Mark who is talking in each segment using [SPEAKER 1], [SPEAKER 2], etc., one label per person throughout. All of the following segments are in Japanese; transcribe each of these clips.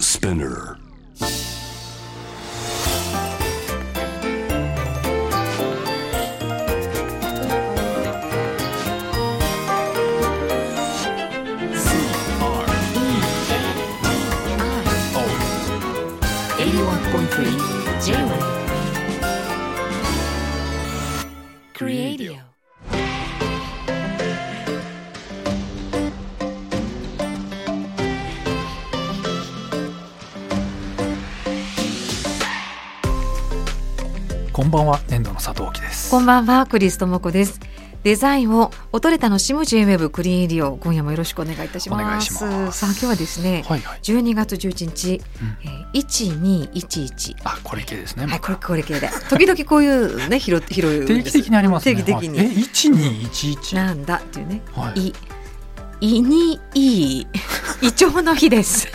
[SPEAKER 1] Spinner.
[SPEAKER 2] 81.3 J-Wave Creadio
[SPEAKER 3] こんばんは粘土の佐藤貴です
[SPEAKER 2] こんばんはクリストモコですデザインを音で楽しむ J-Wave クリエイディオ今夜もよろしくお願いいたします
[SPEAKER 3] お願いします
[SPEAKER 2] さあ今日はですね、
[SPEAKER 3] はいはい、
[SPEAKER 2] 12月11日、
[SPEAKER 3] うん
[SPEAKER 2] えー、1211
[SPEAKER 3] あこれ系ですね、
[SPEAKER 2] はい、これこれ系で時々こういうね拾って拾うん
[SPEAKER 3] 定
[SPEAKER 2] で
[SPEAKER 3] 期
[SPEAKER 2] す
[SPEAKER 3] 的にありますね
[SPEAKER 2] 定期的に
[SPEAKER 3] はいえ一二一一
[SPEAKER 2] なんだっていうね、
[SPEAKER 3] はい
[SPEAKER 2] い、いにい い胃腸の日です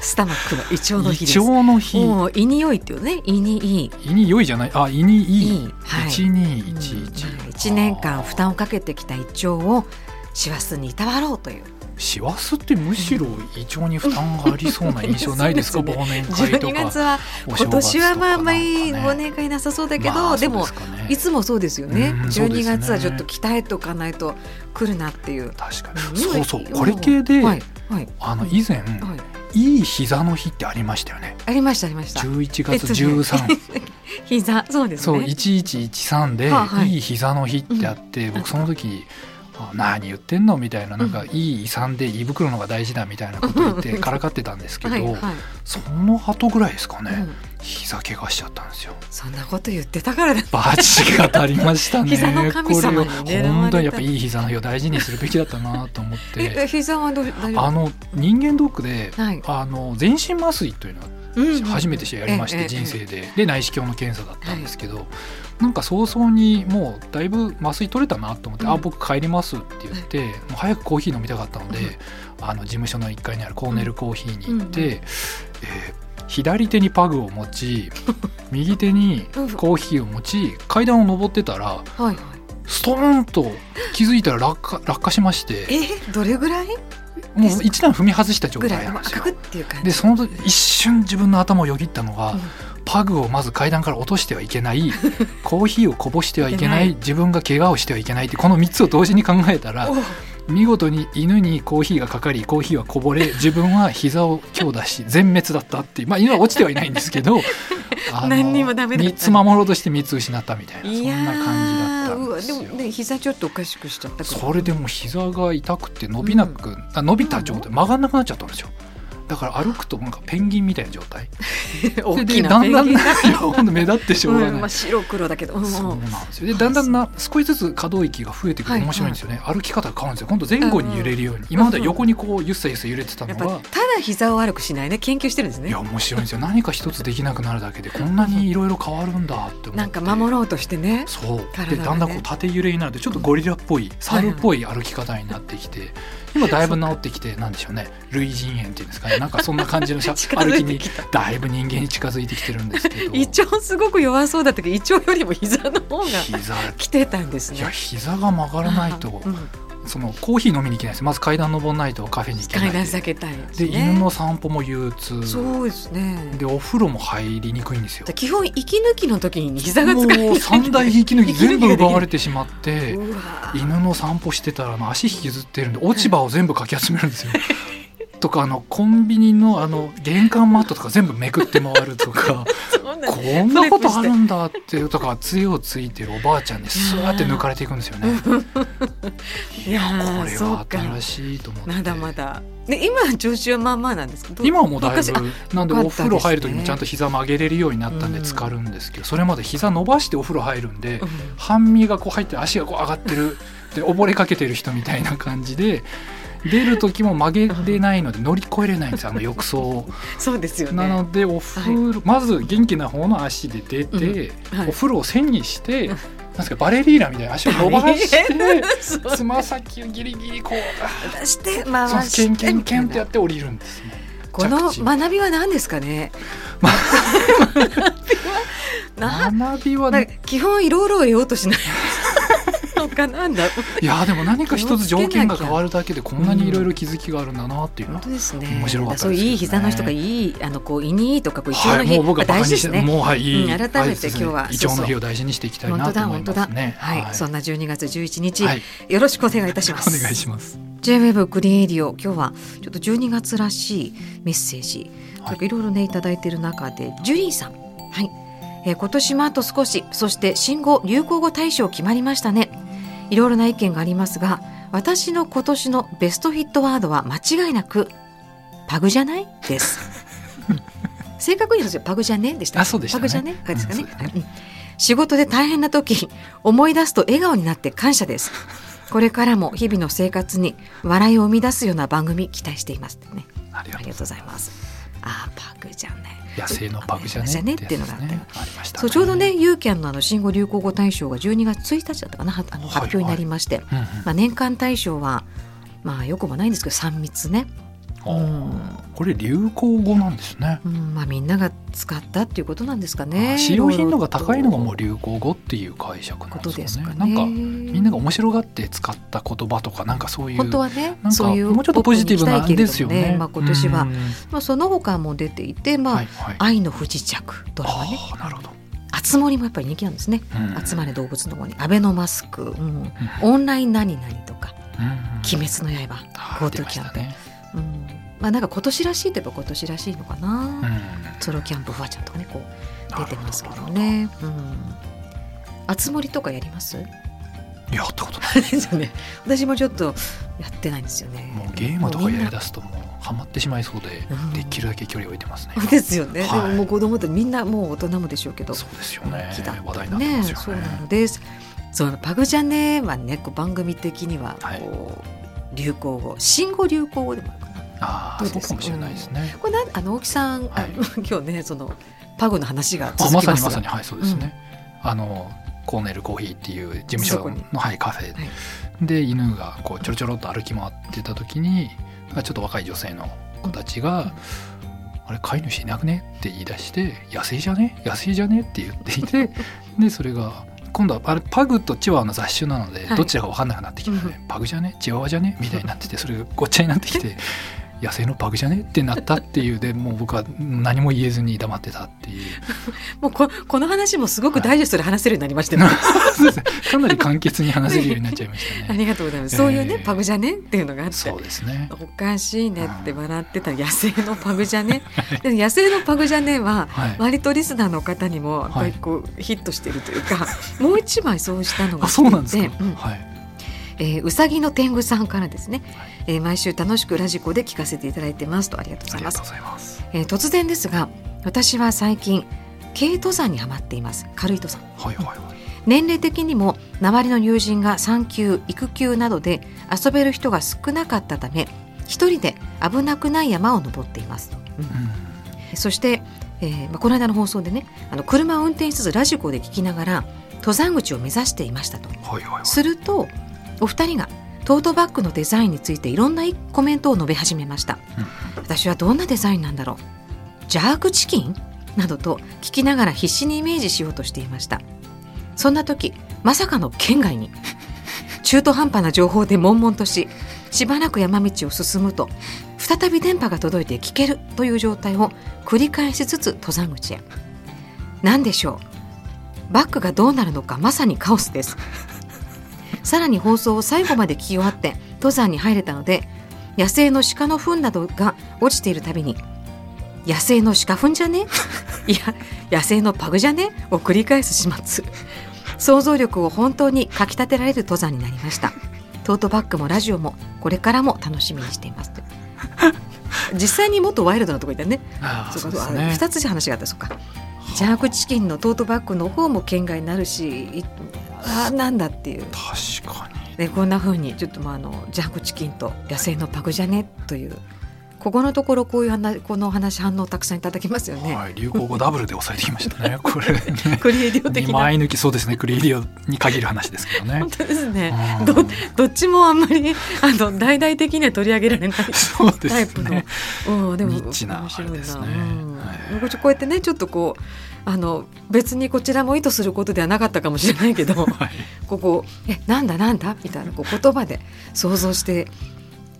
[SPEAKER 2] スタマックの胃腸の日で
[SPEAKER 3] 一
[SPEAKER 2] す
[SPEAKER 3] 応の日
[SPEAKER 2] もう胃に良いっていうね胃にいい
[SPEAKER 3] 胃に良いじゃないあ胃にい
[SPEAKER 2] い
[SPEAKER 3] い
[SPEAKER 2] いはい
[SPEAKER 3] 一二
[SPEAKER 2] うん
[SPEAKER 3] 一一
[SPEAKER 2] 一年間負担をかけてきた胃腸を師走にいたわろうという
[SPEAKER 3] 師走ってむしろ胃腸に負担がありそうな印象ないですか
[SPEAKER 2] そうですね
[SPEAKER 3] 忘年会と
[SPEAKER 2] 12月
[SPEAKER 3] か
[SPEAKER 2] は
[SPEAKER 3] お
[SPEAKER 2] 今
[SPEAKER 3] 正月
[SPEAKER 2] 年
[SPEAKER 3] と
[SPEAKER 2] は
[SPEAKER 3] か
[SPEAKER 2] まああんまり
[SPEAKER 3] なん
[SPEAKER 2] 忘
[SPEAKER 3] かね
[SPEAKER 2] 年会なさそうだけど、
[SPEAKER 3] まあ
[SPEAKER 2] でも
[SPEAKER 3] そうすかね
[SPEAKER 2] いつもそうですよね
[SPEAKER 3] うんそうで
[SPEAKER 2] 12
[SPEAKER 3] すね
[SPEAKER 2] 月はちょっと鍛えとかないと来るなっていう
[SPEAKER 3] 確か
[SPEAKER 2] うん
[SPEAKER 3] にそうそう
[SPEAKER 2] 今
[SPEAKER 3] これ系で、
[SPEAKER 2] はいはい
[SPEAKER 3] あの以前、
[SPEAKER 2] はい、
[SPEAKER 3] いい膝の日ってありましたよね
[SPEAKER 2] ありましたありました
[SPEAKER 3] 11
[SPEAKER 2] えっ
[SPEAKER 3] 月
[SPEAKER 2] とね
[SPEAKER 3] 13、
[SPEAKER 2] 膝そうです
[SPEAKER 3] そう
[SPEAKER 2] ね
[SPEAKER 3] 1113で
[SPEAKER 2] はあはい
[SPEAKER 3] 「いい膝の日」ってあって、僕その時「あ何言ってんの?」みたいななんか「いい遺産で胃袋の方が大事だ」みたいなこと言っ
[SPEAKER 2] う
[SPEAKER 3] て
[SPEAKER 2] ん
[SPEAKER 3] からかってたんですけど、
[SPEAKER 2] はいはい
[SPEAKER 3] その後ぐらいですかね、
[SPEAKER 2] うん
[SPEAKER 3] 膝怪我しちゃったんですよ。
[SPEAKER 2] そんなこと言ってたからだ
[SPEAKER 3] バチが足りましたね
[SPEAKER 2] 膝の神様に狙われ
[SPEAKER 3] こ
[SPEAKER 2] た
[SPEAKER 3] れは本当にやっぱいい膝の日を大事にするべきだったなと思って
[SPEAKER 2] え膝はどう大丈夫
[SPEAKER 3] あの人間ドックで、
[SPEAKER 2] はい
[SPEAKER 3] あの全身麻酔というのが
[SPEAKER 2] うん
[SPEAKER 3] 初めてしてやりまして、
[SPEAKER 2] ええ
[SPEAKER 3] 人生
[SPEAKER 2] え
[SPEAKER 3] で、で内視鏡の検査だったんですけど、なんか早々にもうだいぶ麻酔取れたなと思って
[SPEAKER 2] う
[SPEAKER 3] 「
[SPEAKER 2] ん
[SPEAKER 3] あ僕帰ります」って言って、もう早くコーヒー飲みたかったので、あの事務所の1階にあるコーネルコーヒーに行って、
[SPEAKER 2] うんう
[SPEAKER 3] えー左手にパグを持 ち右手にコーヒーを持ち階段を上ってたら
[SPEAKER 2] えはいはい
[SPEAKER 3] ストーンと気づいたら落下落下しまして
[SPEAKER 2] えどれぐらい
[SPEAKER 3] もう一段踏み外した状
[SPEAKER 2] ぐら
[SPEAKER 3] 態
[SPEAKER 2] い
[SPEAKER 3] なん
[SPEAKER 2] まあ
[SPEAKER 3] ですよ
[SPEAKER 2] 赤く。っていう感
[SPEAKER 3] で
[SPEAKER 2] じ
[SPEAKER 3] その時一瞬自分の頭をよぎったのが、
[SPEAKER 2] うん
[SPEAKER 3] パグをまず階段から落としてはいけない コーヒーをこぼしてはいけないい自分が怪我をしてはいけないってこの3つを同時に考えたら
[SPEAKER 2] おう
[SPEAKER 3] 見事に犬にコーヒーがかかりコーヒーはこぼれ自分は膝を強打し全滅だったっていうまあ犬は落ちてはいないんですけ どあの
[SPEAKER 2] 何にもダメだった
[SPEAKER 3] 3つ守ろうとして3つ失ったみたいなそん
[SPEAKER 2] いや
[SPEAKER 3] な感じだった
[SPEAKER 2] ーうんわ
[SPEAKER 3] です
[SPEAKER 2] で
[SPEAKER 3] よ
[SPEAKER 2] も。ね膝ちょっとおかしくしちゃったから
[SPEAKER 3] それでもう膝が痛くて伸びなく、あ伸びた状態曲がんなくなっちゃったんですよだから歩くとなんかペンギンみたいな状態
[SPEAKER 2] 大
[SPEAKER 3] で
[SPEAKER 2] き
[SPEAKER 3] で
[SPEAKER 2] な
[SPEAKER 3] だんだん
[SPEAKER 2] ペンギンが
[SPEAKER 3] いやほんと目立ってしょうがない、
[SPEAKER 2] うん まあ白黒だけどうんうん
[SPEAKER 3] そうなんですよでだんだんな少しずつ可動域が増えてくる
[SPEAKER 2] はい
[SPEAKER 3] 面白いんですよね、歩き方が変わるんですよ今度前後に揺れるように、今までは横にこうゆっさゆっさ揺れてた
[SPEAKER 2] や
[SPEAKER 3] の
[SPEAKER 2] っ
[SPEAKER 3] が
[SPEAKER 2] ぱただ膝を悪くしないね研究してるんです
[SPEAKER 3] い
[SPEAKER 2] ね
[SPEAKER 3] や面白いんですよ何か一つできなくなるだけでこんなにいろいろ変わるんだって思って
[SPEAKER 2] なんか守ろうとしてね
[SPEAKER 3] そう、
[SPEAKER 2] 体が
[SPEAKER 3] で
[SPEAKER 2] ね
[SPEAKER 3] だんだんこう縦揺れになるとちょっとゴリラっぽい猿っぽい歩き方になってきて今だいぶ治ってきてなんでしょうね類人猿っていうんですかねなんかそんな感じ のしゃ
[SPEAKER 2] 近づ
[SPEAKER 3] 歩
[SPEAKER 2] い
[SPEAKER 3] き
[SPEAKER 2] て
[SPEAKER 3] に
[SPEAKER 2] きた
[SPEAKER 3] だいぶ人間に近づいてきてるんですけど
[SPEAKER 2] 胃腸すごく弱そうだったけど胃腸よりも膝の方が
[SPEAKER 3] 膝
[SPEAKER 2] 来てたんです
[SPEAKER 3] い
[SPEAKER 2] ね
[SPEAKER 3] や膝が曲がらないと
[SPEAKER 2] うん
[SPEAKER 3] そのコーヒー飲みに行けないですまず階段登らないとカフェに行けな
[SPEAKER 2] 階
[SPEAKER 3] い
[SPEAKER 2] 段
[SPEAKER 3] で
[SPEAKER 2] 避けたいです
[SPEAKER 3] で
[SPEAKER 2] ね
[SPEAKER 3] 犬の散歩も憂鬱
[SPEAKER 2] そうですね
[SPEAKER 3] でお風呂も入りにくいんですよ
[SPEAKER 2] だから基本息抜きの時に膝が使え
[SPEAKER 3] もう三大
[SPEAKER 2] 息
[SPEAKER 3] 息抜き全部奪われ
[SPEAKER 2] て
[SPEAKER 3] てし まって
[SPEAKER 2] うわー
[SPEAKER 3] 犬の散歩してたらあの足引きずってるんで落ち葉を全部かき集めるんですよ。 とかあのコンビニのあの玄関マットとか全部めくって回る とか
[SPEAKER 2] そうなん
[SPEAKER 3] こんなことあるんだっていうとか杖をついてるおばあちゃんにスーって抜かれていくんですよね。
[SPEAKER 2] いや
[SPEAKER 3] こ
[SPEAKER 2] ー
[SPEAKER 3] れ
[SPEAKER 2] そ
[SPEAKER 3] は
[SPEAKER 2] うか
[SPEAKER 3] 新しいと思って。
[SPEAKER 2] まだまだで今は調子はまあまあなんですけど
[SPEAKER 3] 今はもうだい
[SPEAKER 2] 昔あ
[SPEAKER 3] ぶなんで
[SPEAKER 2] よかったですね
[SPEAKER 3] お風呂入る時もちゃんと膝曲げれるようになったんで浸かるんですけどそれまで膝伸ばしてお風呂入るんで
[SPEAKER 2] うん
[SPEAKER 3] 半身がこう入って足がこう上がってるで溺れかけてる人みたいな感じで出る時も曲げれないので乗り越えれないんですよあの浴槽を
[SPEAKER 2] そうですよね
[SPEAKER 3] なのでお風呂、まず元気な方の足で出て、
[SPEAKER 2] うんはい
[SPEAKER 3] お風呂を線にして、なんですかバレリーナみたいな足を伸ばし
[SPEAKER 2] 大変
[SPEAKER 3] て
[SPEAKER 2] そう
[SPEAKER 3] つま先をギリギリこうあ
[SPEAKER 2] 出して
[SPEAKER 3] ーそう
[SPEAKER 2] 回して
[SPEAKER 3] ケンケン
[SPEAKER 2] みた
[SPEAKER 3] ケ
[SPEAKER 2] い
[SPEAKER 3] ン
[SPEAKER 2] な
[SPEAKER 3] ってやって降りるんですね。
[SPEAKER 2] この
[SPEAKER 3] 着地
[SPEAKER 2] 学びは何ですかね
[SPEAKER 3] ま
[SPEAKER 2] 学びはな
[SPEAKER 3] 学びは
[SPEAKER 2] なんか基本いろいろ得ようとしないのがなんだ
[SPEAKER 3] いやでも何か一つ条件が変わるだけでこんなにいろいろ気づきがあるんだなっていうの
[SPEAKER 2] 本
[SPEAKER 3] は
[SPEAKER 2] 当ですね
[SPEAKER 3] 面白かったです
[SPEAKER 2] そう
[SPEAKER 3] けどね
[SPEAKER 2] いい膝の人がいいあのこう胃にいいとかこう胃腸
[SPEAKER 3] は
[SPEAKER 2] の
[SPEAKER 3] い、
[SPEAKER 2] 日、
[SPEAKER 3] もう僕はバ
[SPEAKER 2] 大
[SPEAKER 3] カ
[SPEAKER 2] 事で
[SPEAKER 3] にし
[SPEAKER 2] す
[SPEAKER 3] て、
[SPEAKER 2] ね
[SPEAKER 3] もうはい、
[SPEAKER 2] うん改めて
[SPEAKER 3] そうです
[SPEAKER 2] 今日は
[SPEAKER 3] ね胃腸の日を大事にしていきたい
[SPEAKER 2] 本
[SPEAKER 3] な
[SPEAKER 2] 当
[SPEAKER 3] と
[SPEAKER 2] だ
[SPEAKER 3] 思い
[SPEAKER 2] 本当
[SPEAKER 3] ま
[SPEAKER 2] だ
[SPEAKER 3] すね。
[SPEAKER 2] はい、そんな12月11日、
[SPEAKER 3] はい
[SPEAKER 2] よろしくお願いいたします
[SPEAKER 3] お願いします。
[SPEAKER 2] J-WEB グリーンエディオ今日はちょっと12月らしいメッセージ、とい
[SPEAKER 3] はい
[SPEAKER 2] うかいろいろねいただいている中でジュリーさんはい、えー今年もあと少しそして新語・流行語大賞決まりましたねいろいろな意見がありますが私の今年のベストヒットワードは間違いなくパグじゃないです うん正確に言うとパグじゃねでした
[SPEAKER 3] あそうでしたね
[SPEAKER 2] パグじゃねがですかね、
[SPEAKER 3] うんそうです
[SPEAKER 2] うん仕事で大変な時思い出すと笑顔になって感謝ですこれからも日々の生活に笑いを生み出すような番組期待していますってね
[SPEAKER 3] ありが
[SPEAKER 2] あ
[SPEAKER 3] と
[SPEAKER 2] りがとう
[SPEAKER 3] うご
[SPEAKER 2] ご
[SPEAKER 3] ざ
[SPEAKER 2] ざ
[SPEAKER 3] い
[SPEAKER 2] い
[SPEAKER 3] ま
[SPEAKER 2] ますあーパグじゃね
[SPEAKER 3] す。野生のパグじゃね
[SPEAKER 2] パグじゃねっていうのがあって
[SPEAKER 3] ありました、
[SPEAKER 2] そうちょうどね、ユーキャンのあの新語・流行語大賞が12月1日だったかなはあの
[SPEAKER 3] はい
[SPEAKER 2] 発表になりまして、
[SPEAKER 3] うんうん。
[SPEAKER 2] まあ、年間大賞はまあよくもないんですけど3密ね、
[SPEAKER 3] あーこれ流行語なんですね。
[SPEAKER 2] うんまあ、みんなが使ったっていうことなんですかね
[SPEAKER 3] 使用頻度が高いのがもう
[SPEAKER 2] う
[SPEAKER 3] 流行語っていう解釈なん
[SPEAKER 2] こと
[SPEAKER 3] で
[SPEAKER 2] ですす
[SPEAKER 3] か
[SPEAKER 2] か
[SPEAKER 3] ね。
[SPEAKER 2] ね
[SPEAKER 3] なんかみんなが面白がって使った言葉とかなんかそういう
[SPEAKER 2] 本当はね
[SPEAKER 3] なん
[SPEAKER 2] そう
[SPEAKER 3] か
[SPEAKER 2] いう
[SPEAKER 3] もうちょっとポジティブ
[SPEAKER 2] ポッ
[SPEAKER 3] な
[SPEAKER 2] プに
[SPEAKER 3] ん
[SPEAKER 2] 行
[SPEAKER 3] で
[SPEAKER 2] きた
[SPEAKER 3] す
[SPEAKER 2] い
[SPEAKER 3] よ
[SPEAKER 2] けれども
[SPEAKER 3] ね。
[SPEAKER 2] まあ、今年は、
[SPEAKER 3] うん
[SPEAKER 2] まあ、その他も出ていて、まあ
[SPEAKER 3] はいはい。
[SPEAKER 2] 愛の不時着ドラマね
[SPEAKER 3] あーなるほど。
[SPEAKER 2] あつ森もやっぱり人気なんですね
[SPEAKER 3] うん
[SPEAKER 2] 集まれ動物の森アベノマスク、うん、オンライン何々とか
[SPEAKER 3] うん
[SPEAKER 2] 鬼滅の刃
[SPEAKER 3] あ
[SPEAKER 2] GoTo
[SPEAKER 3] 出ま
[SPEAKER 2] キ
[SPEAKER 3] し
[SPEAKER 2] ャン
[SPEAKER 3] た
[SPEAKER 2] ペーン、
[SPEAKER 3] ね
[SPEAKER 2] うん、まあなんか今年らしいといえば今年らしいのかな、
[SPEAKER 3] うん
[SPEAKER 2] ソロキャンプフワちゃんとかねこう出てますけど
[SPEAKER 3] なるほ
[SPEAKER 2] ねうんあつ森とかやります
[SPEAKER 3] どやったことない
[SPEAKER 2] ですよね私もちょっとやってないんですよね
[SPEAKER 3] もうゲームとかやり
[SPEAKER 2] だ
[SPEAKER 3] だすともうハマってしまいそうで
[SPEAKER 2] うん
[SPEAKER 3] できるだけ距離を置いてますね
[SPEAKER 2] ですよね、
[SPEAKER 3] はい
[SPEAKER 2] でももう子供ってみんなもう大人もでしょうけど
[SPEAKER 3] そうですよね
[SPEAKER 2] 気だった
[SPEAKER 3] 話題になってます
[SPEAKER 2] そ
[SPEAKER 3] よ
[SPEAKER 2] う
[SPEAKER 3] ね
[SPEAKER 2] なのです。そのパグジャネはね、こう番組的には
[SPEAKER 3] はい
[SPEAKER 2] こう、流行語、新語流行語でもあるかな。
[SPEAKER 3] ああ
[SPEAKER 2] どう
[SPEAKER 3] そ
[SPEAKER 2] で
[SPEAKER 3] う
[SPEAKER 2] す
[SPEAKER 3] かもしれないですね、
[SPEAKER 2] これなんあの大木さん、あ
[SPEAKER 3] はい
[SPEAKER 2] の 今日ねそのパグの話が続
[SPEAKER 3] あ
[SPEAKER 2] き
[SPEAKER 3] ま
[SPEAKER 2] ます
[SPEAKER 3] さ
[SPEAKER 2] が
[SPEAKER 3] にまさにはいそうですね、あのコーネルコーヒーっていう事務
[SPEAKER 2] そ
[SPEAKER 3] 所
[SPEAKER 2] こに
[SPEAKER 3] の、はい、カフェ、
[SPEAKER 2] はい
[SPEAKER 3] で犬がこうちょろちょろっと歩き回ってた時になんかちょっと若い女性の子たちが「あれ飼い主いなくね?」って言い出して「野生じゃね野生じゃね?」って言ってい てでそれが今度はあれパグとチワワの雑種なので
[SPEAKER 2] はい
[SPEAKER 3] どちらか分かんなくなってき
[SPEAKER 2] う
[SPEAKER 3] て、
[SPEAKER 2] ん
[SPEAKER 3] パグじゃねチワワじゃねみたいになっててそれがごっちゃになってき て。野生のパグじゃねってなったっていうでもう僕は何も言えずに黙ってたっていう
[SPEAKER 2] もうここの話もすごくダイジェストで話せるようになりましたね。
[SPEAKER 3] そうですね かなり簡潔に話せるようになっちゃいました
[SPEAKER 2] あ
[SPEAKER 3] ね。
[SPEAKER 2] りがとうございます。そういうね、
[SPEAKER 3] えー
[SPEAKER 2] パグジャネっていうのがあって。
[SPEAKER 3] そうですね。
[SPEAKER 2] おかしいねって笑ってた野生のパグジャ ネ、でも野生のパグジャネは
[SPEAKER 3] はい。
[SPEAKER 2] 割とリスナーの方にもやっぱりこうヒットしてるというか、もう一枚そうしたのが来
[SPEAKER 3] あ、
[SPEAKER 2] て
[SPEAKER 3] そうなんですか。
[SPEAKER 2] うん
[SPEAKER 3] はい。
[SPEAKER 2] えー、うさぎの天狗さんからですね、えー毎週楽しくラジコで聞かせていただいてますとありがとうご
[SPEAKER 3] あ
[SPEAKER 2] ざい
[SPEAKER 3] り
[SPEAKER 2] ま
[SPEAKER 3] が
[SPEAKER 2] す
[SPEAKER 3] とうございます。
[SPEAKER 2] えー突然ですが私は最近軽登山にはまっています軽い登山
[SPEAKER 3] はいはいはい。
[SPEAKER 2] 年齢的にも周りの友人が産休育休などで遊べる人が少なかったため一人で危なくない山を登っています、うん
[SPEAKER 3] うん。
[SPEAKER 2] そして、えーまあ、この間の放送でねあの車を運転しつつラジコで聞きながら登山口を目指していましたと
[SPEAKER 3] はいはいはい。
[SPEAKER 2] するとお二人がトートバッグのデザインについていろんなコメントを述べ始めました
[SPEAKER 3] うん
[SPEAKER 2] 私はどんなデザインなんだろうジャークチキンなどと聞きながら必死にイメージしようとしていましたそんな時まさかの県外に中途半端な情報で悶々とししばらく山道を進むと再び電波が届いて聞けるという状態を繰り返しつつ登山口へ何でしょうバッグがどうなるのかまさにカオスですさらに放送を最後まで聞き終わって登山に入れたので野生の鹿の糞などが落ちているたびに野生の鹿糞じゃね いや野生のパグじゃねを繰り返す始末想像力を本当にかきたてられる登山になりましたトートバッグもラジオもこれからも楽しみにしています実際にもっとワイルドなとこ行ったね
[SPEAKER 3] ああ、
[SPEAKER 2] そ
[SPEAKER 3] そうう
[SPEAKER 2] か
[SPEAKER 3] で
[SPEAKER 2] そう
[SPEAKER 3] す
[SPEAKER 2] あ
[SPEAKER 3] ね。
[SPEAKER 2] 2つ話があったそっかジャークチキンのトートバッグの方も県外になるしいあーなんだっていう
[SPEAKER 3] 確かに。
[SPEAKER 2] でこんな風にちょっとまああのジャンクチキンと野生のパグジャネというここのところこういう話このお話反応たくさんいただきますよね。
[SPEAKER 3] はい、流行語ダブルで抑えてきました ね。これ、ね。
[SPEAKER 2] クリエイティブ的
[SPEAKER 3] 二
[SPEAKER 2] な
[SPEAKER 3] 枚抜きそうですね。クリエイディオに限る話 ですけどね
[SPEAKER 2] 本。当ですね。
[SPEAKER 3] うん
[SPEAKER 2] どどっちもあんまりあの大々的には取り上げられない。
[SPEAKER 3] そうで
[SPEAKER 2] タイ
[SPEAKER 3] す
[SPEAKER 2] プの
[SPEAKER 3] ね。、
[SPEAKER 2] うん、でも
[SPEAKER 3] ニッチな
[SPEAKER 2] 面白い
[SPEAKER 3] あれです
[SPEAKER 2] な、
[SPEAKER 3] ね
[SPEAKER 2] うん
[SPEAKER 3] はい
[SPEAKER 2] なんかちょこうやってねちょっとこうあの別にこちらも意図することではなかったかもしれないけ ど
[SPEAKER 3] はい
[SPEAKER 2] ここ「えなんだなんだ?」みたいなこう言葉で想像して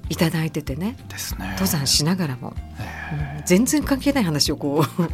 [SPEAKER 2] いただいててね
[SPEAKER 3] ですね
[SPEAKER 2] 登山しながらも、
[SPEAKER 3] え
[SPEAKER 2] うん全然関係ない話をこう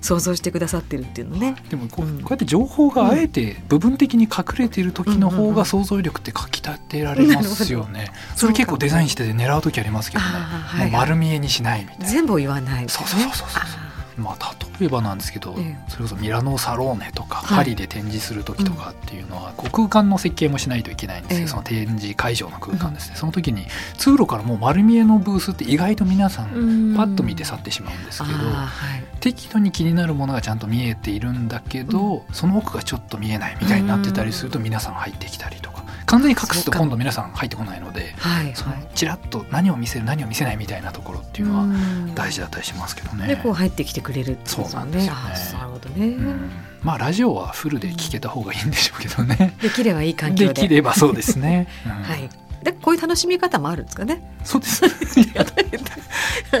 [SPEAKER 2] 想像してくださってるっていうのね。
[SPEAKER 3] ーでもこう,、
[SPEAKER 2] うん
[SPEAKER 3] こうやって情報があえて部分的に隠れている時の
[SPEAKER 2] うんう
[SPEAKER 3] 方
[SPEAKER 2] んうん
[SPEAKER 3] が想像力ってかきたてられますよね、それ結構デザインしてて狙う時ありますけどね、
[SPEAKER 2] あーはい
[SPEAKER 3] もう丸見えにしないみたいな
[SPEAKER 2] 全部を言わない、ね。
[SPEAKER 3] そうそうそうそうそう
[SPEAKER 2] あ
[SPEAKER 3] まあ、例えばなんですけど、
[SPEAKER 2] ええ
[SPEAKER 3] それこそミラノサローネとか
[SPEAKER 2] はい
[SPEAKER 3] パリで展示する時とかっていうのは、こう空間の設計もしないといけないんですけど、
[SPEAKER 2] ええ
[SPEAKER 3] その展示会場の空間ですね、その時に通路からもう丸見えのブースって意外と皆さ
[SPEAKER 2] ー
[SPEAKER 3] ん
[SPEAKER 2] うん
[SPEAKER 3] パッと見て去ってしまうんですけど、
[SPEAKER 2] あーはい
[SPEAKER 3] 適度に気になるものがちゃんと見えているんだけど、その奥がちょっと見えないみたいになってたりすると皆さん入ってきたりとか完全に隠す
[SPEAKER 2] そ
[SPEAKER 3] と
[SPEAKER 2] うかも
[SPEAKER 3] 今度皆さん入ってこないので
[SPEAKER 2] はい
[SPEAKER 3] その
[SPEAKER 2] はい。
[SPEAKER 3] ちらっと何を見せる何を見せないみたいなところっていうのは
[SPEAKER 2] は
[SPEAKER 3] 大事だったりしますけどね。
[SPEAKER 2] でこう入ってきてくれるってこと
[SPEAKER 3] そうなんですよね
[SPEAKER 2] あーなるほどね、
[SPEAKER 3] うんまあラジオはフルで聞けた方がいいんでしょうけどね。
[SPEAKER 2] できればいい環境
[SPEAKER 3] で
[SPEAKER 2] で
[SPEAKER 3] きればそうですね。うん
[SPEAKER 2] はいでこういう楽しみ方もあるんですかね
[SPEAKER 3] そう です。いや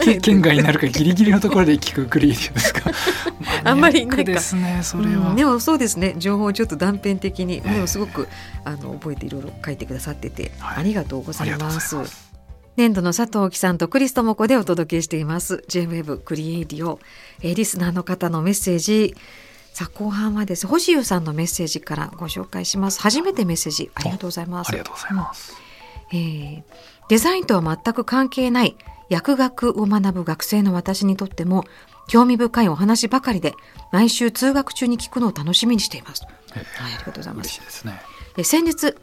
[SPEAKER 3] け県外になるかギリギリのところで聞くクリエイティブですか。
[SPEAKER 2] あんまりいないか
[SPEAKER 3] マニアックですね。それ
[SPEAKER 2] う
[SPEAKER 3] は
[SPEAKER 2] ん。でもそうですね情報をちょっと断片的に、
[SPEAKER 3] ええ
[SPEAKER 2] でもすごくあの覚えていろいろ書いてくださってて、
[SPEAKER 3] はい
[SPEAKER 2] ありがとうござ
[SPEAKER 3] あり
[SPEAKER 2] い
[SPEAKER 3] がとう
[SPEAKER 2] ま
[SPEAKER 3] ござい
[SPEAKER 2] す
[SPEAKER 3] ます。
[SPEAKER 2] 年度の佐藤貴さんとクリストモコでお届けしています JWEB クリエイディオ、えーリスナーの方のメッセージさあ後半はですね星優さんのメッセージからご紹介します初めてメッセージありがとうございま
[SPEAKER 3] あ
[SPEAKER 2] す
[SPEAKER 3] りがとうございます。
[SPEAKER 2] えーデザインとは全く関係ない薬学を学ぶ学生の私にとっても興味深いお話ばかりで毎週通学中に聞くのを楽しみにしています。
[SPEAKER 3] ええ
[SPEAKER 2] はい、ありがとうございま
[SPEAKER 3] 嬉
[SPEAKER 2] す
[SPEAKER 3] しい。ですね。
[SPEAKER 2] え先日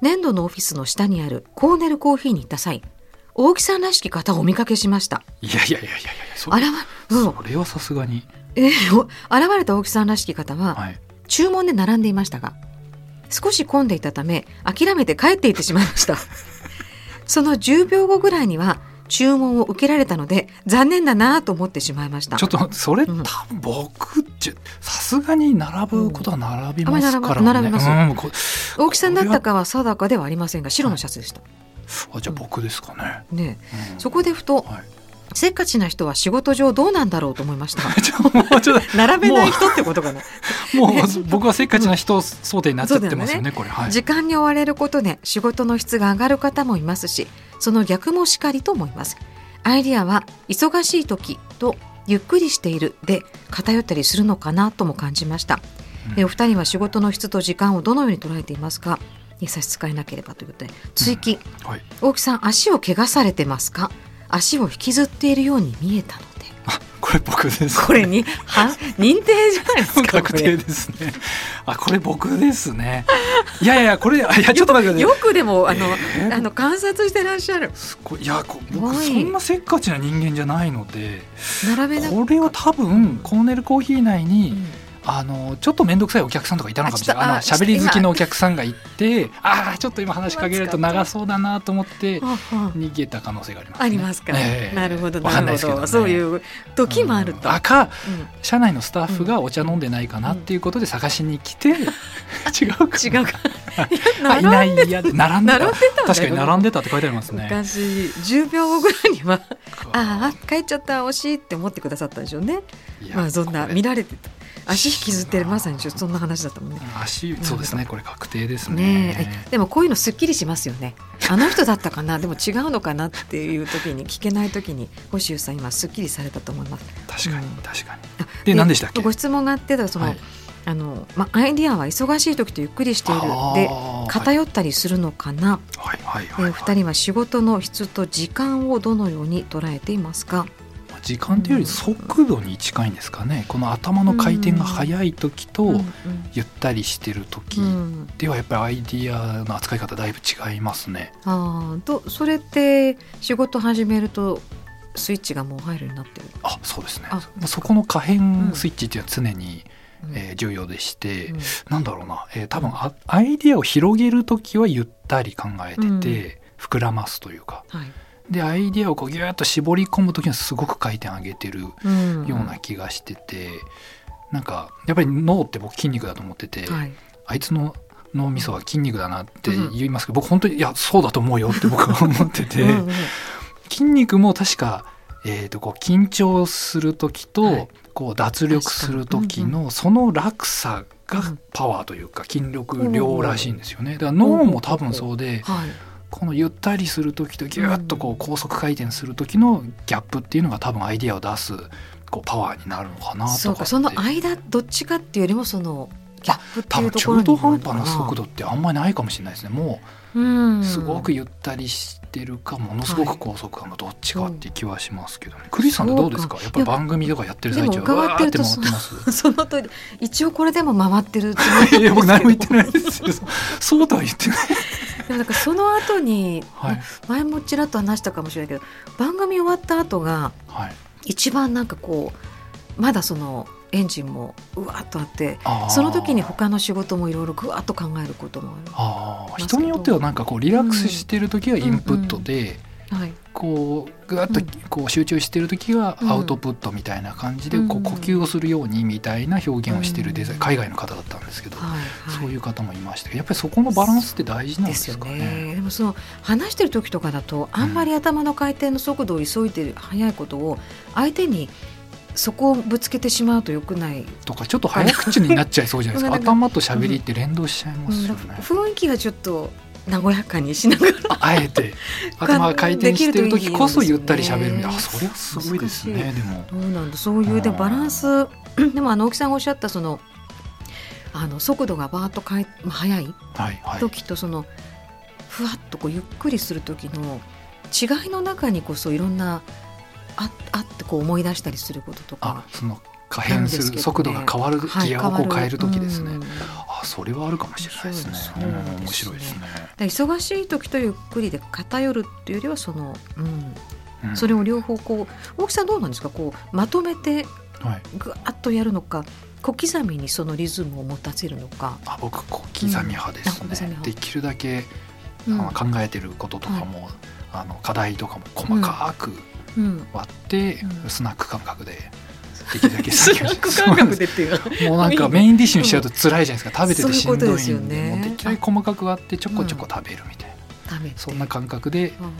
[SPEAKER 2] 粘土のオフィスの下にあるコーネルコーヒーに行った際大木さんらしき方をお見かけしました。
[SPEAKER 3] いやいやいやいやいやそ
[SPEAKER 2] 現
[SPEAKER 3] れ
[SPEAKER 2] れ,、うん
[SPEAKER 3] それはさすがに。
[SPEAKER 2] えーお現れた大木さんらしき方は、
[SPEAKER 3] はい。
[SPEAKER 2] 注文で並んでいましたが少し混んでいたため諦めて帰っていってしまいましたその10秒後ぐらいには注文を受けられたので残念だなぁと思ってしまいました
[SPEAKER 3] ちょっとそれ
[SPEAKER 2] う
[SPEAKER 3] 多
[SPEAKER 2] ん
[SPEAKER 3] 分僕じゅさすがに並ぶことは並びますから
[SPEAKER 2] うん
[SPEAKER 3] ね。
[SPEAKER 2] あ並びます
[SPEAKER 3] うんこ
[SPEAKER 2] 大木さんだったかは定かではありませんが白のシャツでした、
[SPEAKER 3] あじゃあ僕ですかね。
[SPEAKER 2] ねえ
[SPEAKER 3] うん
[SPEAKER 2] そこでふと
[SPEAKER 3] はい。
[SPEAKER 2] せっかちな人は仕事上どうなんだろうと思いました
[SPEAKER 3] ちょ もうちょっと
[SPEAKER 2] 並べない人ってことかな、
[SPEAKER 3] も う
[SPEAKER 2] ね
[SPEAKER 3] 僕はせっかちな人想定になっちゃってますよね、これ。はい。
[SPEAKER 2] 時間に追われることで仕事の質が上がる方もいますしその逆もしかりと思いますアイディアは忙しい時とゆっくりしているで偏ったりするのかなとも感じました、
[SPEAKER 3] うん
[SPEAKER 2] えお二人は仕事の質と時間をどのように捉えていますかえ差し支えなければということで追記、
[SPEAKER 3] はい。
[SPEAKER 2] 大木さん足を怪我されてますか足を引きずっているように見えたので
[SPEAKER 3] あ、これ僕です。
[SPEAKER 2] これ には認定じゃないですか
[SPEAKER 3] 確
[SPEAKER 2] こ
[SPEAKER 3] 定
[SPEAKER 2] れ
[SPEAKER 3] ですね。あ、これ僕ですね。いやいやいや、これ、あいや、ちょっと待ってくだ
[SPEAKER 2] よ
[SPEAKER 3] さい。
[SPEAKER 2] くでもあの,、
[SPEAKER 3] えー
[SPEAKER 2] あの観察してらっしゃる
[SPEAKER 3] すごいいやこ
[SPEAKER 2] す
[SPEAKER 3] 僕
[SPEAKER 2] ごい
[SPEAKER 3] そんなせっかちな人間じゃないので
[SPEAKER 2] 並べなく
[SPEAKER 3] これは多分コーネルコーヒー内に、
[SPEAKER 2] うん
[SPEAKER 3] あのちょっと面倒くさいお客さんとかいたのかもしれないあの
[SPEAKER 2] あちょっと
[SPEAKER 3] 喋り好きのお客さんがいてああーちょっと今話しかけられると長そうだなと思って
[SPEAKER 2] はあはあ
[SPEAKER 3] 逃げた可能性があります、ね、
[SPEAKER 2] ありますか、
[SPEAKER 3] ええ
[SPEAKER 2] なるほど
[SPEAKER 3] わか
[SPEAKER 2] なん
[SPEAKER 3] な
[SPEAKER 2] る
[SPEAKER 3] いです
[SPEAKER 2] ほど
[SPEAKER 3] けどね
[SPEAKER 2] そういう時もあると、
[SPEAKER 3] うんか
[SPEAKER 2] うん
[SPEAKER 3] 社内のスタッフがお茶飲んでないかなっていうことで探しに来て、 違うか
[SPEAKER 2] 違うか
[SPEAKER 3] あい
[SPEAKER 2] 並ん
[SPEAKER 3] ないいやで並
[SPEAKER 2] 並ん
[SPEAKER 3] んでた
[SPEAKER 2] でたんだ
[SPEAKER 3] 確かに並んでたって書いてありますね
[SPEAKER 2] 昔10秒後ぐらいに はああ帰っちゃった惜しいって思ってくださったんでしょうね
[SPEAKER 3] いや
[SPEAKER 2] まあそんな
[SPEAKER 3] これ
[SPEAKER 2] 見られてた足引きずってるまさにちょっとそんな話だったもんね
[SPEAKER 3] 足そうですねこれ確定ですね
[SPEAKER 2] ねえでもこういうのすっきりしますよねあの人だったかなでも違うのかなっていう時に聞けない時に星優さん今すっきりされたと思います
[SPEAKER 3] 確かに
[SPEAKER 2] うん
[SPEAKER 3] 確かに
[SPEAKER 2] あ
[SPEAKER 3] で何でしたっけ
[SPEAKER 2] ご質問があってだからその、
[SPEAKER 3] はい
[SPEAKER 2] あのまあアイディアは忙しい時とゆっくりしているで
[SPEAKER 3] あー
[SPEAKER 2] 偏ったりするのかな、
[SPEAKER 3] はいはい
[SPEAKER 2] え
[SPEAKER 3] はい
[SPEAKER 2] お二人は仕事の質と時間をどのように捉えていますか、
[SPEAKER 3] まあ時間というより速度に近いんですかねこの頭の回転が速い時と
[SPEAKER 2] ん
[SPEAKER 3] ゆったりしてる時
[SPEAKER 2] うん
[SPEAKER 3] ではやっぱりアイディアの扱い方だいぶ違いますね
[SPEAKER 2] あーとそれって仕事始めるとスイッチがもう入るようになってる、
[SPEAKER 3] あそうですね
[SPEAKER 2] あ
[SPEAKER 3] そこの可
[SPEAKER 2] うん
[SPEAKER 3] 変スイッチっていうのは常に、
[SPEAKER 2] うん
[SPEAKER 3] えー重要でして、
[SPEAKER 2] うん
[SPEAKER 3] なんだろうな、えー多分あアイディアを広げる時はゆったり考えてて、
[SPEAKER 2] うん
[SPEAKER 3] 膨らますというか
[SPEAKER 2] はい
[SPEAKER 3] でアイディアをこうギューッと絞り込む時はすごく回転上げてるよ
[SPEAKER 2] うん
[SPEAKER 3] うな気がしてて、なんかやっぱり脳って僕筋肉だと思ってて、
[SPEAKER 2] はい、
[SPEAKER 3] あいつの脳みそは筋肉だなって言いますけど、僕本当にいやそうだと思うよって僕 は思ってて。
[SPEAKER 2] うんうん
[SPEAKER 3] 筋肉も確か、えー、とこう緊張する時と、
[SPEAKER 2] はい
[SPEAKER 3] こう脱力する時のその落差がパワーというか筋力量らしいんですよね。だから脳も多分そうで
[SPEAKER 2] はい
[SPEAKER 3] このゆったりする時とギュッとこう高速回転する時のギャップっていうのが多分アイディアを出すこうパワーになるのかなとかって
[SPEAKER 2] そうかその間どっちかっていうよりもそのギャップって
[SPEAKER 3] 多
[SPEAKER 2] い
[SPEAKER 3] 分
[SPEAKER 2] うところ
[SPEAKER 3] 中
[SPEAKER 2] に
[SPEAKER 3] 途半端な速
[SPEAKER 2] 速度
[SPEAKER 3] 度ってあんまりないかもしれないですねもうすごくゆったりしてるかものすごく高速感がどっちかっていう気はしますけどね、クリスさんってどうですか
[SPEAKER 2] そうか
[SPEAKER 3] やっぱり番組とかやってる最中
[SPEAKER 2] でも伺ってると
[SPEAKER 3] わーって回って ます
[SPEAKER 2] その通り一応これでも回ってるつも
[SPEAKER 3] い
[SPEAKER 2] り
[SPEAKER 3] や
[SPEAKER 2] なんで
[SPEAKER 3] 僕
[SPEAKER 2] すけど
[SPEAKER 3] 何も言ってないですよそうとは言ってない、
[SPEAKER 2] でもなんかその後に、
[SPEAKER 3] はい
[SPEAKER 2] 前もちらっと話したかもしれないけど番組終わった後が
[SPEAKER 3] はい、
[SPEAKER 2] 一番なんかこうまだそのエンジンもうわーっとあって
[SPEAKER 3] あー
[SPEAKER 2] その時に他の仕事もいろいろぐわっと考えることもあ
[SPEAKER 3] あー人によってはなんかこうリラックスしてる時はインプットで、
[SPEAKER 2] る、はい、
[SPEAKER 3] こうぐわっと
[SPEAKER 2] うん
[SPEAKER 3] こう集中してる時はアウトプットみたいな感じで
[SPEAKER 2] うん
[SPEAKER 3] こう呼吸をするようにみたいな表現をしてるデザイン
[SPEAKER 2] うん
[SPEAKER 3] 海外の方だったんですけど
[SPEAKER 2] はいはい
[SPEAKER 3] そういう方もいましたけどやっぱりそこのバランスって大事なん
[SPEAKER 2] で
[SPEAKER 3] ですす
[SPEAKER 2] よ
[SPEAKER 3] かね。
[SPEAKER 2] ねでもその話してる時とかだとあんまり頭の回転の速度を急いでる速いことを相手にそこをぶつけてしまうと良くない、
[SPEAKER 3] とかちょっと早口になっちゃいそうじゃないですか
[SPEAKER 2] そう
[SPEAKER 3] 頭と喋りって連動しちゃいますよね。
[SPEAKER 2] 雰囲気はちょっと和やかにしながら
[SPEAKER 3] あ えて頭が回転してる時こそゆったり喋るみたいなあ
[SPEAKER 2] で
[SPEAKER 3] そ
[SPEAKER 2] き
[SPEAKER 3] れはすごいです
[SPEAKER 2] 難し
[SPEAKER 3] ねでも。
[SPEAKER 2] そうなんだそういうでもバランス でもあの大木さんがおっしゃったそのあの速度がバーッとかいまあ速い
[SPEAKER 3] はいはい
[SPEAKER 2] 時とそのふわっとこうゆっくりする時の違いの中にこそいろんなああってこう思い出したりすることと
[SPEAKER 3] あ
[SPEAKER 2] か。
[SPEAKER 3] その可変する速度が変わる
[SPEAKER 2] はい
[SPEAKER 3] ギアをこう変える時ですね
[SPEAKER 2] 変わ。るうんだか
[SPEAKER 3] あそれはあるかもしれないですね。
[SPEAKER 2] そうですね
[SPEAKER 3] うん面白いですね。
[SPEAKER 2] ら忙しい時とゆっくりで偏るっていうよりはその、うん、
[SPEAKER 3] うん
[SPEAKER 2] それを両方こう大木さんどうなんですかこうまとめて
[SPEAKER 3] はい。
[SPEAKER 2] ぐわっとやるのか小刻みにそのリズムを持たせるのか、
[SPEAKER 3] あ僕小刻み派で
[SPEAKER 2] うんあ小刻
[SPEAKER 3] す
[SPEAKER 2] み
[SPEAKER 3] ね。
[SPEAKER 2] 派
[SPEAKER 3] できるだけ、
[SPEAKER 2] うん
[SPEAKER 3] あの考えてることとかも、あの課題とかも細かく
[SPEAKER 2] うん、
[SPEAKER 3] 割って、
[SPEAKER 2] うん
[SPEAKER 3] スナック感覚で。できるだ け
[SPEAKER 2] スナック感覚でっていうのは
[SPEAKER 3] もうなんかメインディッシュにしちゃうと辛いじゃないですか食べててしんどいんで
[SPEAKER 2] そういうことですよね
[SPEAKER 3] もうできるだけ細かく割ってちょこちょこ食べるみたいな、
[SPEAKER 2] 食べて
[SPEAKER 3] そんな感覚で
[SPEAKER 2] うん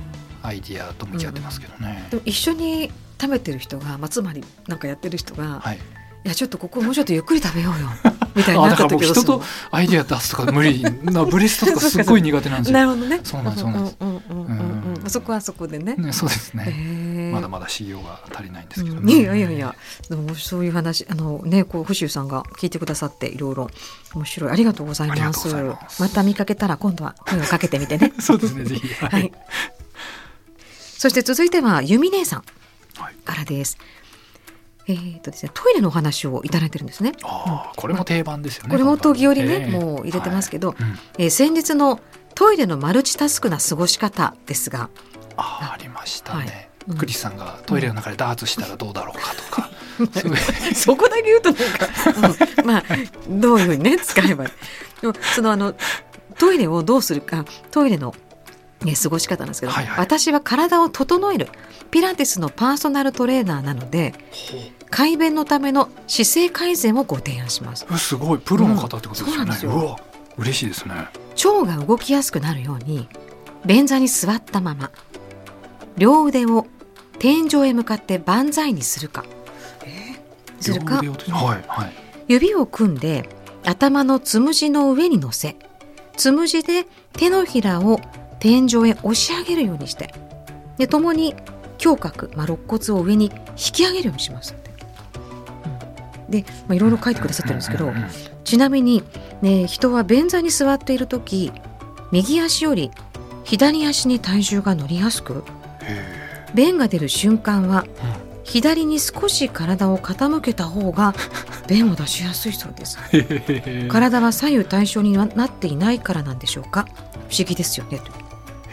[SPEAKER 3] アイディアと向き合ってますけどね、
[SPEAKER 2] でも一緒に食べてる人が、まあ、つまりなんかやってる人が、い、
[SPEAKER 3] はい
[SPEAKER 2] やちょっとここもうちょっとゆっくり食べよう よみたいに
[SPEAKER 3] あ
[SPEAKER 2] な
[SPEAKER 3] だ
[SPEAKER 2] っ
[SPEAKER 3] か
[SPEAKER 2] た
[SPEAKER 3] ら僕
[SPEAKER 2] 時
[SPEAKER 3] 人と
[SPEAKER 2] は
[SPEAKER 3] アイディア出すとか無理なブレストとかすっごい苦手なんで
[SPEAKER 2] そ
[SPEAKER 3] す
[SPEAKER 2] のな
[SPEAKER 3] よ、
[SPEAKER 2] るほどね
[SPEAKER 3] そうなんですそうなんです
[SPEAKER 2] うんうんうんうんうん
[SPEAKER 3] うん
[SPEAKER 2] そこはそこでね
[SPEAKER 3] ね、そうですね、
[SPEAKER 2] へえ
[SPEAKER 3] まだまだ修行が足りないんですけど
[SPEAKER 2] うんいやいやいやでもそういう話あのねこう保守さんが聞いてくださっていろいろ面白いありがとうござい
[SPEAKER 3] あり
[SPEAKER 2] ま
[SPEAKER 3] がとう
[SPEAKER 2] す
[SPEAKER 3] ございます
[SPEAKER 2] また見かけたら今度は声をかけてみて ね
[SPEAKER 3] そうですね、ぜひ。
[SPEAKER 2] はい。そして続いては由美姉さん
[SPEAKER 3] はい
[SPEAKER 2] からです。えーとですね、トイレのお話をいただいてるんですね。
[SPEAKER 3] ああ、これも定番ですよね。
[SPEAKER 2] これも時折ね、
[SPEAKER 3] ええ
[SPEAKER 2] もう入れてますけど、
[SPEAKER 3] はいうん
[SPEAKER 2] えー先日のトイレのマルチタスクな過ごし方ですが、
[SPEAKER 3] ああ、ありました
[SPEAKER 2] は
[SPEAKER 3] ね
[SPEAKER 2] いうん。
[SPEAKER 3] クリスさんがトイレの中でダーツしたらどうだろうかとか。す ごい
[SPEAKER 2] そこだけ言うとなんか、うんまあどういうふうにね使えばいいでもそのあのトイレをどうするかトイレの、ね、過ごし方なんですけど、
[SPEAKER 3] はいはい
[SPEAKER 2] 私は体を整えるピラティスのパーソナルトレーナーなので改便のための姿勢改善をご提案します
[SPEAKER 3] えすごい、プロの方ってことですよ
[SPEAKER 2] うん
[SPEAKER 3] ね。
[SPEAKER 2] そううなんです
[SPEAKER 3] わ、嬉しいですね。
[SPEAKER 2] 腸が動きやすくなるように便座に座ったまま両腕を天井へ向かって万歳にするか、するか
[SPEAKER 3] 両腕をはい、はい。
[SPEAKER 2] 指を組んで頭のつむじの上に乗せつむじで手のひらを天井へ押し上げるようにしてで共に胸郭、まあ、肋骨を上に引き上げるようにしますって、うんで、まあ、いろいろ書いてくださってるんですけ
[SPEAKER 3] う
[SPEAKER 2] ど
[SPEAKER 3] ううん
[SPEAKER 2] ちなみに、ね、人は便座に座っている時右足より左足に体重が乗りやすく
[SPEAKER 3] へ
[SPEAKER 2] 便が出る瞬間は
[SPEAKER 3] え
[SPEAKER 2] 左に少し体を傾けた方が便を出しやすいそうです
[SPEAKER 3] へへへへ
[SPEAKER 2] 体は左右対称にはなっていないからなんでしょうか不思議ですよねと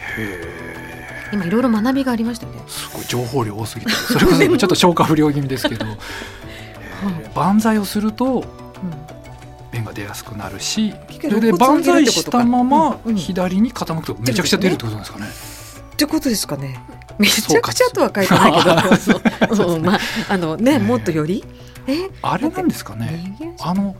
[SPEAKER 3] へえ
[SPEAKER 2] 今いろいろ学びがありましたよね
[SPEAKER 3] すごい情報量多すぎて、それこそ今ちょっと消化不良気味で すけど。へえ万歳をすると、便が出やすくなるしそれで
[SPEAKER 2] 肋骨を
[SPEAKER 3] 万
[SPEAKER 2] 入れる
[SPEAKER 3] 歳
[SPEAKER 2] ってこ
[SPEAKER 3] し
[SPEAKER 2] とか
[SPEAKER 3] たまま
[SPEAKER 2] うんうん
[SPEAKER 3] 左に傾くとめちゃくちゃ出るってことなんですかね。
[SPEAKER 2] ってことですかねめちゃくちゃとは書いてないけど そうまああのねもっとよりえ
[SPEAKER 3] あれなんですかね。
[SPEAKER 2] 右足
[SPEAKER 3] あの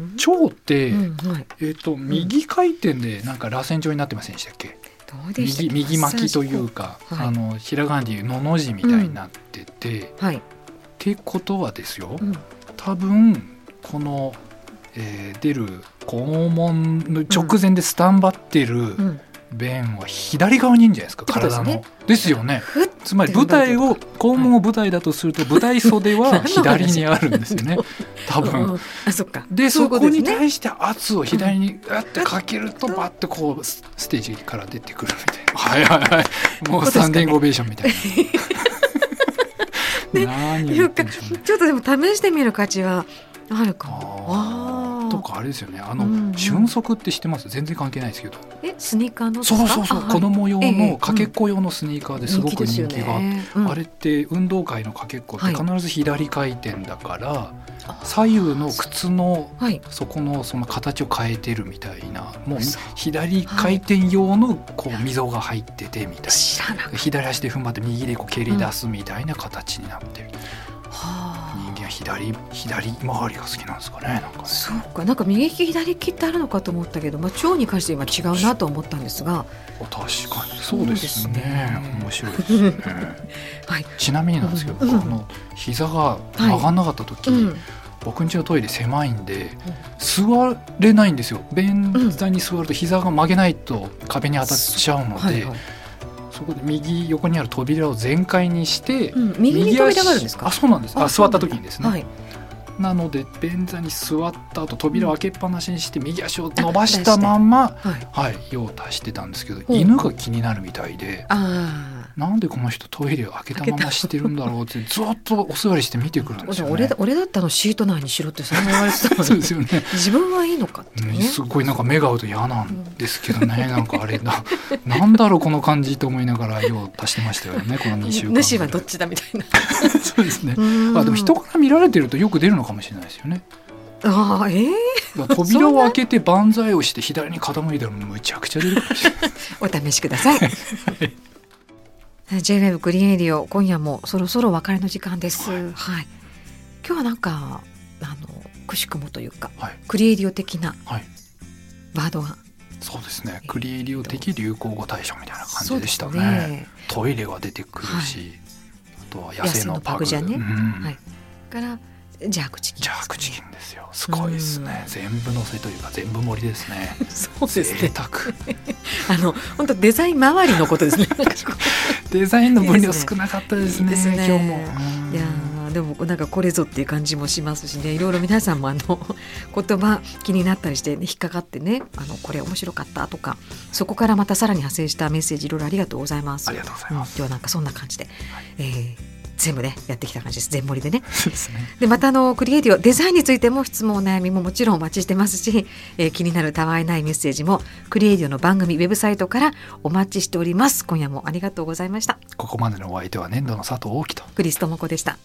[SPEAKER 3] 腸って、
[SPEAKER 2] うんはい
[SPEAKER 3] えっ、と右回転でなんか螺旋状になってませんでしたっけ？
[SPEAKER 2] どうでしたっ
[SPEAKER 3] 右
[SPEAKER 2] け
[SPEAKER 3] 右巻きというか、
[SPEAKER 2] はい
[SPEAKER 3] あのひらがなでいうのの字みたいになってて、
[SPEAKER 2] はい
[SPEAKER 3] てことはですよ
[SPEAKER 2] うん
[SPEAKER 3] 多分この、えー出る肛門の直前でスタンバってる
[SPEAKER 2] うん、
[SPEAKER 3] 弁は左側にいるんじゃないですか
[SPEAKER 2] てことです
[SPEAKER 3] 体
[SPEAKER 2] ね
[SPEAKER 3] の。ですよね。
[SPEAKER 2] ふっ
[SPEAKER 3] つまり舞台を肛門を舞台だとすると舞台 袖は左にあるんですよね多分。
[SPEAKER 2] うんあそっか
[SPEAKER 3] で
[SPEAKER 2] そうい
[SPEAKER 3] そう
[SPEAKER 2] こ
[SPEAKER 3] こと
[SPEAKER 2] です
[SPEAKER 3] に
[SPEAKER 2] ね
[SPEAKER 3] 対して圧を左にガッてかけるとバッてこうスステージから出てくるみたいなはいはいはいもうスタンディングオベーションみたい な。何を
[SPEAKER 2] い
[SPEAKER 3] 言
[SPEAKER 2] う
[SPEAKER 3] って
[SPEAKER 2] か
[SPEAKER 3] んでしょうね。
[SPEAKER 2] ちょっとでも試してみる価値はあるか
[SPEAKER 3] あ
[SPEAKER 2] も
[SPEAKER 3] ーと
[SPEAKER 2] ああ
[SPEAKER 3] かあれですよねあの、
[SPEAKER 2] うんうん
[SPEAKER 3] 瞬足って知ってます全然関係ないですけど
[SPEAKER 2] えスニーカーのです
[SPEAKER 3] そ
[SPEAKER 2] か
[SPEAKER 3] うそうそう、
[SPEAKER 2] あはい
[SPEAKER 3] 子供用
[SPEAKER 2] ええ
[SPEAKER 3] のかけっこ用のスニーカーですごく人気があって。
[SPEAKER 2] ねうん
[SPEAKER 3] あれって運動会のかけっこっ
[SPEAKER 2] は
[SPEAKER 3] て
[SPEAKER 2] い
[SPEAKER 3] 必ず左回転だから、
[SPEAKER 2] あー
[SPEAKER 3] 左右の靴の
[SPEAKER 2] はい
[SPEAKER 3] 底のその形を変えてるみたいなもう
[SPEAKER 2] そう
[SPEAKER 3] 左回転用のこう溝が入っててみたい
[SPEAKER 2] 知らなかっ
[SPEAKER 3] な左足で踏ん張って右でこう蹴り出すみたいな形になってる、
[SPEAKER 2] たは
[SPEAKER 3] 人間は左左回りが好きなんですかねなんかね
[SPEAKER 2] あそうかなんか右利き左利きってあるのかと思ったけど、まあ、腸に関して今違うなと思ったんですが、
[SPEAKER 3] お確かにそうですね
[SPEAKER 2] そう
[SPEAKER 3] 面白いですね
[SPEAKER 2] はい
[SPEAKER 3] ちなみになんですけど、
[SPEAKER 2] うん
[SPEAKER 3] この膝が曲がんなかった時、
[SPEAKER 2] うん、
[SPEAKER 3] 僕ん家のトイレ狭いんで、座れないんですよ便座に座ると膝が曲げないと壁に当たっちゃうので、
[SPEAKER 2] はいはい、
[SPEAKER 3] そこで右横にある扉を全開にして、
[SPEAKER 2] うん、右に飛び出がるんですか
[SPEAKER 3] 右足あそうなんですあ
[SPEAKER 2] そ
[SPEAKER 3] 座
[SPEAKER 2] う
[SPEAKER 3] った
[SPEAKER 2] なんだ
[SPEAKER 3] 時にですね、
[SPEAKER 2] はい、
[SPEAKER 3] なので便座に座った後扉を開けっぱなしにして右足を伸ばしたま
[SPEAKER 2] は
[SPEAKER 3] ま、
[SPEAKER 2] い、
[SPEAKER 3] はい、用を足してたんですけど、
[SPEAKER 2] うん
[SPEAKER 3] 犬が気になるみたいで。
[SPEAKER 2] ああ
[SPEAKER 3] なんでこの人トイレを開けたまましてるんだろうってずっとお座りして見てくるんですよ、ね。
[SPEAKER 2] 俺だ俺だったのシート内にしろってそんな言われてたの
[SPEAKER 3] そう
[SPEAKER 2] に
[SPEAKER 3] ですよね。
[SPEAKER 2] 自分はいいのかって
[SPEAKER 3] ね
[SPEAKER 2] ね
[SPEAKER 3] すごいなんか目が合うと嫌なんですけどね、なんかあれななんだろうこの感じと思いながら用を足してましたよ ねこの2週間ぐらい
[SPEAKER 2] 主はどっちだみたいな
[SPEAKER 3] そうですね、
[SPEAKER 2] うん
[SPEAKER 3] あでも人から見られてるとよく出るのかもしれないですよね
[SPEAKER 2] ああええ
[SPEAKER 3] だから扉を開けて万歳をして左に傾いたらむちゃくちゃ出るかもしれない
[SPEAKER 2] お試しください J-WEB グリーンエディオ今夜もそろそろお別れの時間です、は
[SPEAKER 3] はい
[SPEAKER 2] 今日はなんかあのくしくもというか、
[SPEAKER 3] はい
[SPEAKER 2] クリエイディオ的な
[SPEAKER 3] はい
[SPEAKER 2] ワードが
[SPEAKER 3] そうですねクリエリオ的流行語大賞みたいな感
[SPEAKER 2] そう
[SPEAKER 3] じ
[SPEAKER 2] で
[SPEAKER 3] でし
[SPEAKER 2] す
[SPEAKER 3] たね
[SPEAKER 2] ね
[SPEAKER 3] トイレが出てくるし、あとは野生のパ
[SPEAKER 2] 野生のパ
[SPEAKER 3] グ
[SPEAKER 2] グじゃね
[SPEAKER 3] うん
[SPEAKER 2] はいからジャークチキン
[SPEAKER 3] ジャークチキンですよすごいですね全部乗せというか全部盛りですね
[SPEAKER 2] そうです
[SPEAKER 3] 贅
[SPEAKER 2] ね
[SPEAKER 3] 沢
[SPEAKER 2] あの本当デザイン周りのこと ですね
[SPEAKER 3] デザインの分量少なかったですね。
[SPEAKER 2] いいですね
[SPEAKER 3] 今日も。
[SPEAKER 2] いやーでもなんかこれぞっていう感じもしますしねいろいろ皆さんもあの 言葉気になったりして、ね、引っかかってねあのこれ面白かったとかそこからまたさらに派生したメッセージいろいろありがとうございます。
[SPEAKER 3] ありがとうございます
[SPEAKER 2] ん今日はなんかそんな感じで、えー全部ねやってきた感じです全盛りでね。
[SPEAKER 3] そう ですね。
[SPEAKER 2] でまたあのクリエイティブデザインについても質問お悩みももちろんお待ちしてますし、えー気になるたわいないメッセージもクリエイティブの番組ウェブサイトからお待ちしております。今夜もありがとうございました。
[SPEAKER 3] ここまでのお相手は年度の佐藤大樹と。
[SPEAKER 2] クリストモコでした。